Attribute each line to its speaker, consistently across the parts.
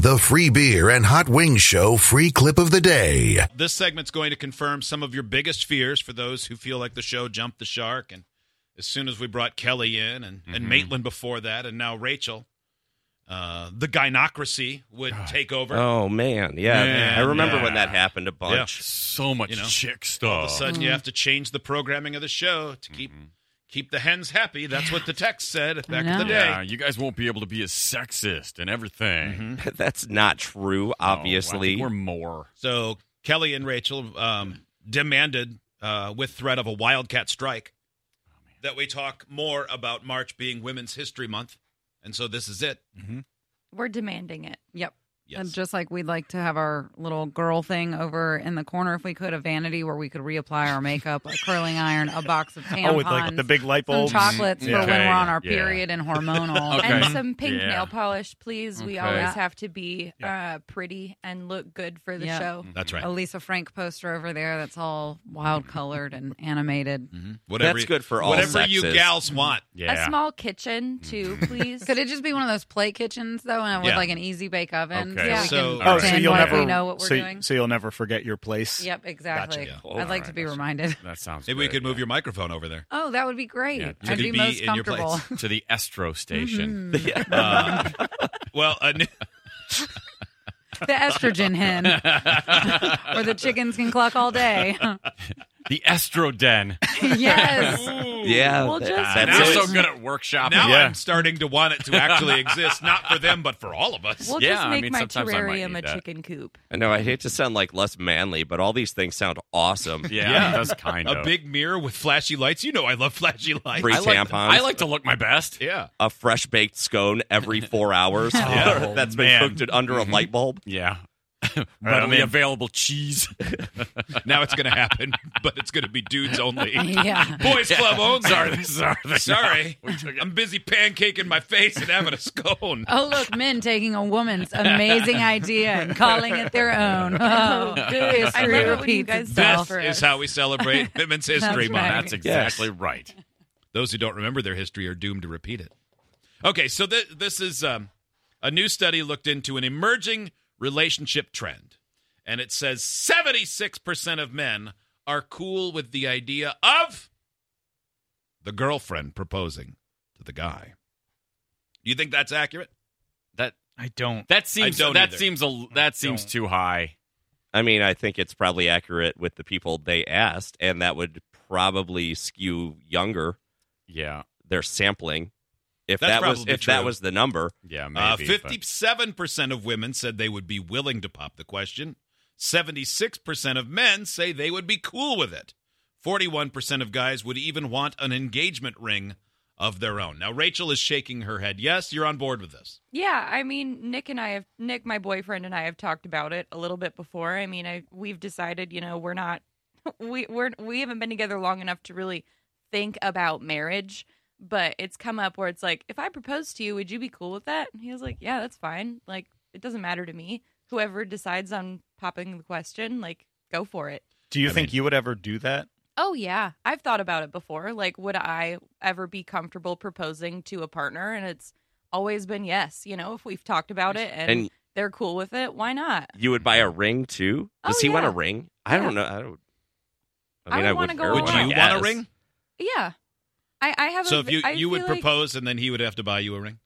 Speaker 1: The Free Beer and Hot Wings Show free clip of the day.
Speaker 2: This segment's going to confirm some of your biggest fears for those who feel like the show jumped the shark. And as soon as we brought Kelly in and, and Maitland before that, and now Rachel, uh, the gynocracy would take over.
Speaker 3: Oh man, yeah,
Speaker 2: Man,
Speaker 3: I remember
Speaker 2: yeah.
Speaker 3: when that happened a bunch.
Speaker 4: so much
Speaker 2: You know?
Speaker 4: chick
Speaker 2: All of a
Speaker 4: stuff.
Speaker 2: sudden, you have to change the programming of the show to keep keep the hens happy. That's what the text said back in
Speaker 5: know.
Speaker 2: the day.
Speaker 4: Yeah, you guys won't be able to be as sexist and everything.
Speaker 2: Mm-hmm.
Speaker 3: That's not true,
Speaker 4: Oh, wow,
Speaker 3: obviously.
Speaker 4: we're more.
Speaker 2: So Kelly and Rachel um, demanded, uh, with threat of a wildcat strike, that we talk more about March being Women's History Month, and so this is it.
Speaker 6: We're demanding it. Yep.
Speaker 2: Yes.
Speaker 6: And just like we'd like to have our little girl thing over in the corner, if we could, a vanity where we could reapply our makeup, a curling iron, a box of tampons,
Speaker 7: Oh, with like the big light
Speaker 6: some
Speaker 7: bulbs.
Speaker 6: chocolates
Speaker 4: Yeah.
Speaker 6: for when
Speaker 4: Okay,
Speaker 6: we're on our
Speaker 4: yeah.
Speaker 6: period and hormonal.
Speaker 4: Okay.
Speaker 8: And some pink
Speaker 4: Yeah.
Speaker 8: nail polish, please. We
Speaker 4: Okay.
Speaker 8: always
Speaker 6: Yeah.
Speaker 8: have to be uh, pretty and look good for the
Speaker 6: Yeah.
Speaker 8: show.
Speaker 4: Mm.
Speaker 2: That's right.
Speaker 6: A Lisa Frank poster over there that's all wild colored and animated.
Speaker 2: Whatever
Speaker 3: That's good for all
Speaker 2: Whatever you
Speaker 3: sexes.
Speaker 2: gals want.
Speaker 4: Yeah. Mm.
Speaker 8: A small kitchen too, please.
Speaker 6: Could it just be one of those play kitchens though, and with
Speaker 2: Yeah.
Speaker 6: like an easy bake oven?
Speaker 4: Okay.
Speaker 6: Yeah.
Speaker 2: So-
Speaker 6: we can
Speaker 7: Oh,
Speaker 6: pretend
Speaker 7: so you'll
Speaker 6: like
Speaker 7: never
Speaker 6: we know what we're
Speaker 7: so,
Speaker 6: doing.
Speaker 7: so you'll never forget your place.
Speaker 6: Yep, exactly.
Speaker 2: Gotcha.
Speaker 3: Yeah.
Speaker 6: I'd like to be reminded.
Speaker 4: That sounds.
Speaker 2: Maybe we
Speaker 4: great.
Speaker 2: could move your microphone over there.
Speaker 6: Oh, that would be great.
Speaker 4: Yeah,
Speaker 6: I'd
Speaker 2: to
Speaker 6: be
Speaker 2: be
Speaker 6: most
Speaker 2: in your place.
Speaker 6: comfortable.
Speaker 4: to the
Speaker 8: Mm-hmm.
Speaker 4: Estro station.
Speaker 2: Uh, well, a new,
Speaker 6: the estrogen hen, where the chickens can cluck all day.
Speaker 4: The Estro Den.
Speaker 6: yes,
Speaker 3: yeah,
Speaker 8: Well,
Speaker 3: that-
Speaker 8: just-
Speaker 4: They're
Speaker 3: that's
Speaker 2: Now-
Speaker 3: it.
Speaker 4: so good at workshopping.
Speaker 2: now
Speaker 7: Yeah.
Speaker 2: I'm starting to want it to actually exist, not for them, but for all of us.
Speaker 8: we'll
Speaker 4: Yeah,
Speaker 8: just
Speaker 4: I
Speaker 8: make
Speaker 4: mean,
Speaker 8: my
Speaker 4: sometimes I might
Speaker 8: terrarium
Speaker 4: need
Speaker 8: a
Speaker 4: that.
Speaker 8: chicken coop.
Speaker 3: I know I hate to sound like less manly, but all these things sound awesome.
Speaker 4: Yeah,
Speaker 2: Yeah.
Speaker 4: that's kind
Speaker 2: A
Speaker 4: of
Speaker 2: big mirror with flashy lights. You know I love flashy lights.
Speaker 3: Free
Speaker 4: I like,
Speaker 3: tampons.
Speaker 4: I like to look my best.
Speaker 2: yeah.
Speaker 3: a fresh baked scone every four hours
Speaker 4: Yeah.
Speaker 3: that's been
Speaker 4: Man.
Speaker 3: cooked under a light bulb.
Speaker 4: Yeah.
Speaker 7: I'm in.
Speaker 4: Readily available cheese.
Speaker 2: Now it's going to happen, but it's going to be dudes only.
Speaker 6: yeah.
Speaker 2: Boys Club owns
Speaker 4: Sorry,
Speaker 2: it.
Speaker 4: this is our thing.
Speaker 2: Sorry.
Speaker 4: We took it.
Speaker 2: I'm busy pancaking my face and having a scone.
Speaker 6: Oh, look, men taking a woman's amazing idea and calling it their own. Oh,
Speaker 8: I love
Speaker 6: history
Speaker 8: it when you
Speaker 6: repeats
Speaker 8: guys
Speaker 2: This
Speaker 6: itself.
Speaker 8: for
Speaker 2: is
Speaker 8: us.
Speaker 2: how we celebrate Women's History
Speaker 6: That's
Speaker 2: Month.
Speaker 6: right.
Speaker 4: That's exactly right.
Speaker 2: Those who don't remember their history are doomed to repeat it. Okay, so th- this is um, a new study looked into an emerging relationship trend, and it says 76% of men are cool with the idea of the girlfriend proposing to the guy. Do you think that's accurate?
Speaker 4: That
Speaker 7: I don't.
Speaker 4: that seems
Speaker 2: don't
Speaker 4: that
Speaker 2: either.
Speaker 4: seems a, that seems
Speaker 7: don't.
Speaker 4: too high.
Speaker 3: I mean, I think it's probably accurate with the people they asked, and that would probably skew younger
Speaker 4: Yeah.
Speaker 3: their sampling. If
Speaker 2: That's
Speaker 3: that was
Speaker 2: probably
Speaker 3: if that
Speaker 2: true.
Speaker 3: was the number,
Speaker 4: Yeah, maybe.
Speaker 2: Uh,
Speaker 4: but-
Speaker 2: 57% of women said they would be willing to pop the question. 76% of men say they would be cool with it. 41% of guys would even want an engagement ring of their own. Now, Rachel is shaking her head. Yes, you're on board with this.
Speaker 8: Yeah, I mean, Nick and I have Nick, my boyfriend, and I have talked about it a little bit before. I mean, I we've decided, you know, we're not we we're we haven't been together long enough to really think about marriage, but it's come up where it's like, if I proposed to you, would you be cool with that? And he was like, Yeah, that's fine. Like, it doesn't matter to me. Whoever decides on popping the question, like, go for it.
Speaker 7: Do you
Speaker 2: I
Speaker 7: think
Speaker 2: mean-
Speaker 7: you would ever do that?
Speaker 8: Oh yeah, I've thought about it before. Like, would I ever be comfortable proposing to a partner? And it's always been yes. You know, if we've talked about it and,
Speaker 3: And-
Speaker 8: they're cool with it, why not?
Speaker 3: you would buy a ring too. Does
Speaker 8: Oh,
Speaker 3: he want a
Speaker 8: yeah.
Speaker 3: ring? I don't know. I don't.
Speaker 8: I
Speaker 3: I mean,
Speaker 8: would
Speaker 3: I,
Speaker 8: wanna
Speaker 3: would.
Speaker 8: go
Speaker 3: wear
Speaker 8: on
Speaker 3: one,
Speaker 2: Would
Speaker 3: I
Speaker 2: you want a
Speaker 3: guess.
Speaker 2: ring?
Speaker 8: Yeah, I I have.
Speaker 2: So
Speaker 8: a,
Speaker 2: if you
Speaker 8: I
Speaker 2: you would
Speaker 8: feel like-
Speaker 2: propose and then he would have to buy you a ring.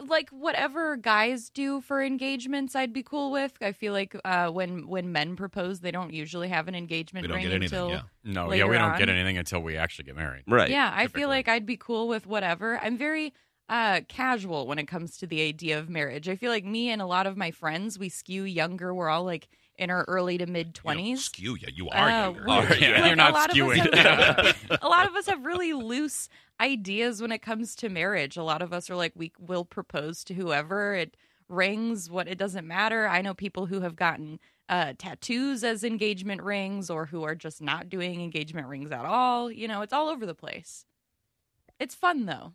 Speaker 8: like whatever guys do for engagements i'd be cool with i feel like uh when when men propose they don't usually have an engagement
Speaker 2: We don't
Speaker 8: ring
Speaker 2: get anything,
Speaker 8: until
Speaker 2: yeah.
Speaker 4: No,
Speaker 8: Later
Speaker 4: yeah, we don't get
Speaker 8: on.
Speaker 4: anything until we actually get married.
Speaker 3: Right.
Speaker 8: yeah i
Speaker 4: typically.
Speaker 8: feel like i'd be cool with whatever i'm very uh casual when it comes to the idea of marriage i feel like me and a lot of my friends we skew younger we're all like in our early to mid 20s
Speaker 2: Skew you. You are
Speaker 8: Uh,
Speaker 2: younger.
Speaker 8: we-
Speaker 3: Are you?
Speaker 8: like,
Speaker 4: Oh, You're not
Speaker 8: a lot of us
Speaker 4: skewing.
Speaker 8: have- a lot of us have really loose ideas when it comes to marriage. A lot of us are like, we will propose to whoever it rings. What it doesn't matter. I know people who have gotten uh, tattoos as engagement rings, or who are just not doing engagement rings at all. You know, it's all over the place. It's fun though.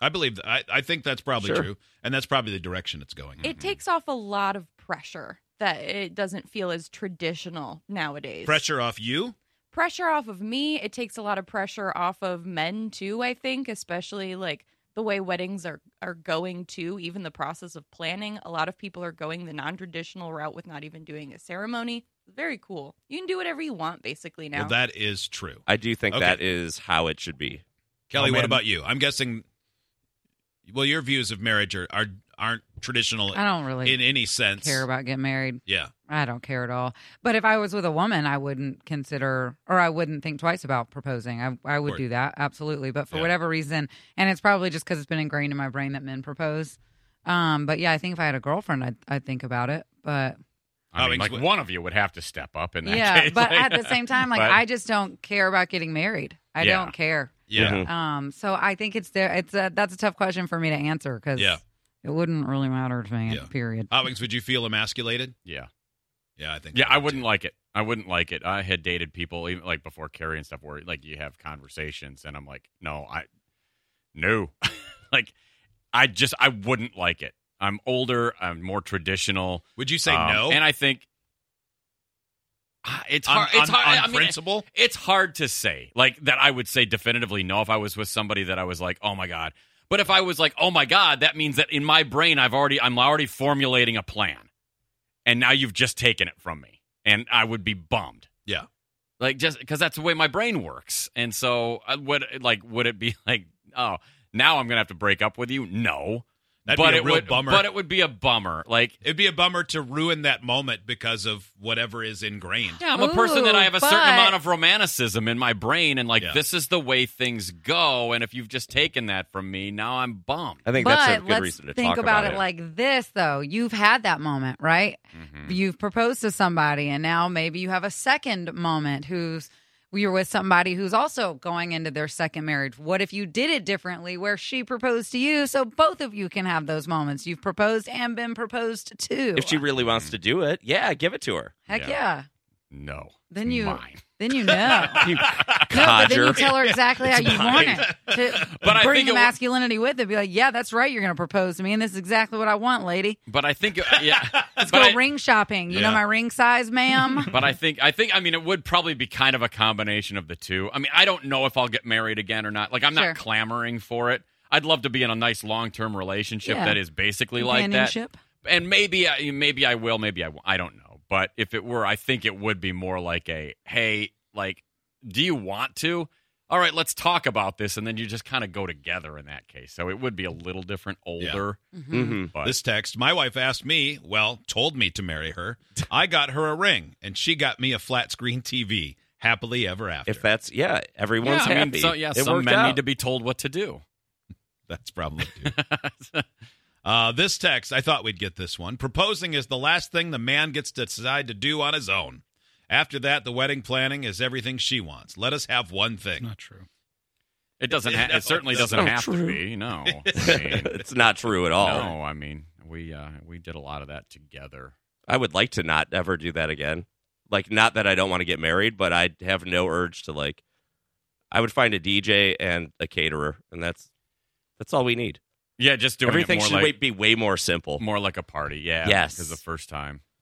Speaker 2: I believe that. I, I think that's probably
Speaker 3: Sure.
Speaker 2: true, and that's probably the direction it's going. Mm-hmm.
Speaker 8: It takes off a lot of pressure that it doesn't feel as traditional nowadays.
Speaker 2: Pressure off you.
Speaker 8: pressure off of me. It takes a lot of pressure off of men too, I think, especially like the way weddings are are going to, even the process of planning. A lot of people are going the non-traditional route with not even doing a ceremony. Very cool. You can do whatever you want basically now.
Speaker 2: Well, that is true.
Speaker 3: I do think
Speaker 2: Okay.
Speaker 3: that is how it should be.
Speaker 2: Kelly,
Speaker 7: Oh,
Speaker 2: what
Speaker 7: man.
Speaker 2: about you? I'm guessing. Well, your views of marriage are, are aren't traditional
Speaker 6: I don't really
Speaker 2: in any sense.
Speaker 6: care about getting married.
Speaker 2: yeah,
Speaker 6: I don't care at all. But if I was with a woman, I wouldn't consider or I wouldn't think twice about proposing. I I would
Speaker 2: Or-
Speaker 6: do that absolutely. But for
Speaker 2: Yeah.
Speaker 6: whatever reason, and it's probably just because it's been ingrained in my brain that men propose. Um, but yeah, I think if I had a girlfriend, I'd, I'd think about it. But
Speaker 4: I
Speaker 2: Oh,
Speaker 4: mean, like
Speaker 2: ex-
Speaker 4: one of you would have to step up in that
Speaker 6: yeah,
Speaker 4: case.
Speaker 6: but at the same time, like
Speaker 4: But-
Speaker 6: I just don't care about getting married. I
Speaker 4: Yeah.
Speaker 6: don't care.
Speaker 2: yeah.
Speaker 4: Mm-hmm.
Speaker 3: Mhm.
Speaker 6: Um, so I think it's there. It's a, that's a tough question for me to answer because
Speaker 2: Yeah.
Speaker 6: it wouldn't really matter to me.
Speaker 2: Yeah.
Speaker 6: Period.
Speaker 2: Hopkins, would you feel emasculated?
Speaker 4: yeah.
Speaker 2: Yeah, I think.
Speaker 4: Yeah,
Speaker 2: would
Speaker 4: I
Speaker 2: too.
Speaker 4: wouldn't like it. I wouldn't like it. I had dated people even like before Carrie and stuff where like you have conversations and I'm like, no, I no. like I just I wouldn't like it. I'm older, I'm more traditional.
Speaker 2: Would you say
Speaker 4: Um,
Speaker 2: no?
Speaker 4: And I think Ah, it's
Speaker 2: on,
Speaker 4: hard. it's
Speaker 2: on-
Speaker 4: hard.
Speaker 2: on
Speaker 4: I mean,
Speaker 2: principle.
Speaker 4: it's hard to say like that i would say definitively no if i was with somebody that i was like oh my god but if i was like oh my god that means that in my brain i've already i'm already formulating a plan and now you've just taken it from me and i would be bummed
Speaker 2: Yeah.
Speaker 4: like just because that's the way my brain works and so I would like would it be like oh now i'm gonna have to break up with you no
Speaker 2: That'd
Speaker 4: but
Speaker 2: be a
Speaker 4: it
Speaker 2: real
Speaker 4: would
Speaker 2: bummer.
Speaker 4: but it would be a bummer like
Speaker 2: It'd be a bummer to ruin that moment because of whatever is ingrained.
Speaker 4: Yeah, I'm a person that
Speaker 6: Ooh,
Speaker 4: I have a certain
Speaker 6: but-
Speaker 4: amount of romanticism in my brain, and like
Speaker 2: Yeah.
Speaker 4: this is the way things go. And if you've just taken that from me, now I'm bummed.
Speaker 3: I think
Speaker 6: but
Speaker 3: that's a good
Speaker 6: let's
Speaker 3: reason to
Speaker 6: think
Speaker 3: talk
Speaker 6: about, it like this, though. You've had that moment, right? Mm-hmm. You've proposed to somebody, and now maybe you have a second moment who's you're with somebody who's also going into their second marriage. What if you did it differently, where she proposed to you, so both of you can have those moments? You've proposed and been proposed to.
Speaker 3: If she really wants to do it, yeah, give it to her.
Speaker 6: Heck yeah.
Speaker 4: Yeah. No,
Speaker 6: Then you-
Speaker 4: Mine.
Speaker 6: Then you know.
Speaker 3: You
Speaker 6: No, but then you
Speaker 3: codger.
Speaker 6: tell her exactly how you want it. To
Speaker 4: But I
Speaker 6: bring
Speaker 4: think
Speaker 6: the
Speaker 4: it wa-
Speaker 6: masculinity with it. Be like, yeah, that's right. You're going to propose to me, and this is exactly what I want, lady.
Speaker 4: But I think uh, yeah.
Speaker 6: Let's
Speaker 4: but
Speaker 6: go
Speaker 4: I,
Speaker 6: ring shopping. You know
Speaker 2: Yeah.
Speaker 6: my ring size, ma'am.
Speaker 4: But I think I think I mean it would probably be kind of a combination of the two. I mean, I don't know if I'll get married again or not. Like I'm
Speaker 6: Sure.
Speaker 4: not clamoring for it. I'd love to be in a nice long term relationship
Speaker 6: Yeah.
Speaker 4: that is basically like that.
Speaker 6: Companionship.
Speaker 4: and maybe I maybe I will, maybe I won't. I don't know. But if it were, I think it would be more like a hey, like, do you want to? All right, let's talk about this, and then you just kind of go together in that case. So it would be a little different, older.
Speaker 3: hmm
Speaker 4: But
Speaker 2: This text, my wife asked me, well, told me to marry her. I got her a ring, and she got me a flat screen TV. Happily ever after.
Speaker 3: If that's yeah, everyone's
Speaker 4: yeah, I
Speaker 3: happy.
Speaker 4: mean, so, yeah,
Speaker 3: It
Speaker 4: some
Speaker 3: worked
Speaker 4: men
Speaker 3: out.
Speaker 4: need to be told what to do.
Speaker 2: That's probably due. uh, this text, I thought we'd get this one. Proposing is the last thing the man gets to decide to do on his own. After that, the wedding planning is everything she wants. Let us have one thing.
Speaker 7: Not true.
Speaker 4: It doesn't. Ha-
Speaker 2: No,
Speaker 4: it certainly
Speaker 2: that's
Speaker 4: doesn't
Speaker 3: not
Speaker 4: have to
Speaker 3: true.
Speaker 4: be. No, I mean,
Speaker 3: it's not true at all.
Speaker 4: no. I mean, we uh, we did a lot of that together.
Speaker 3: I would like to not ever do that again. Like, not that I don't want to get married, but I have no urge to like. I would find a DJ and a caterer, and that's that's all we need.
Speaker 4: Yeah, just doing
Speaker 3: Everything
Speaker 4: it more
Speaker 3: should
Speaker 4: like
Speaker 3: wait- be way more simple.
Speaker 4: more like a party. Yeah,
Speaker 3: Yes.
Speaker 4: because the first time.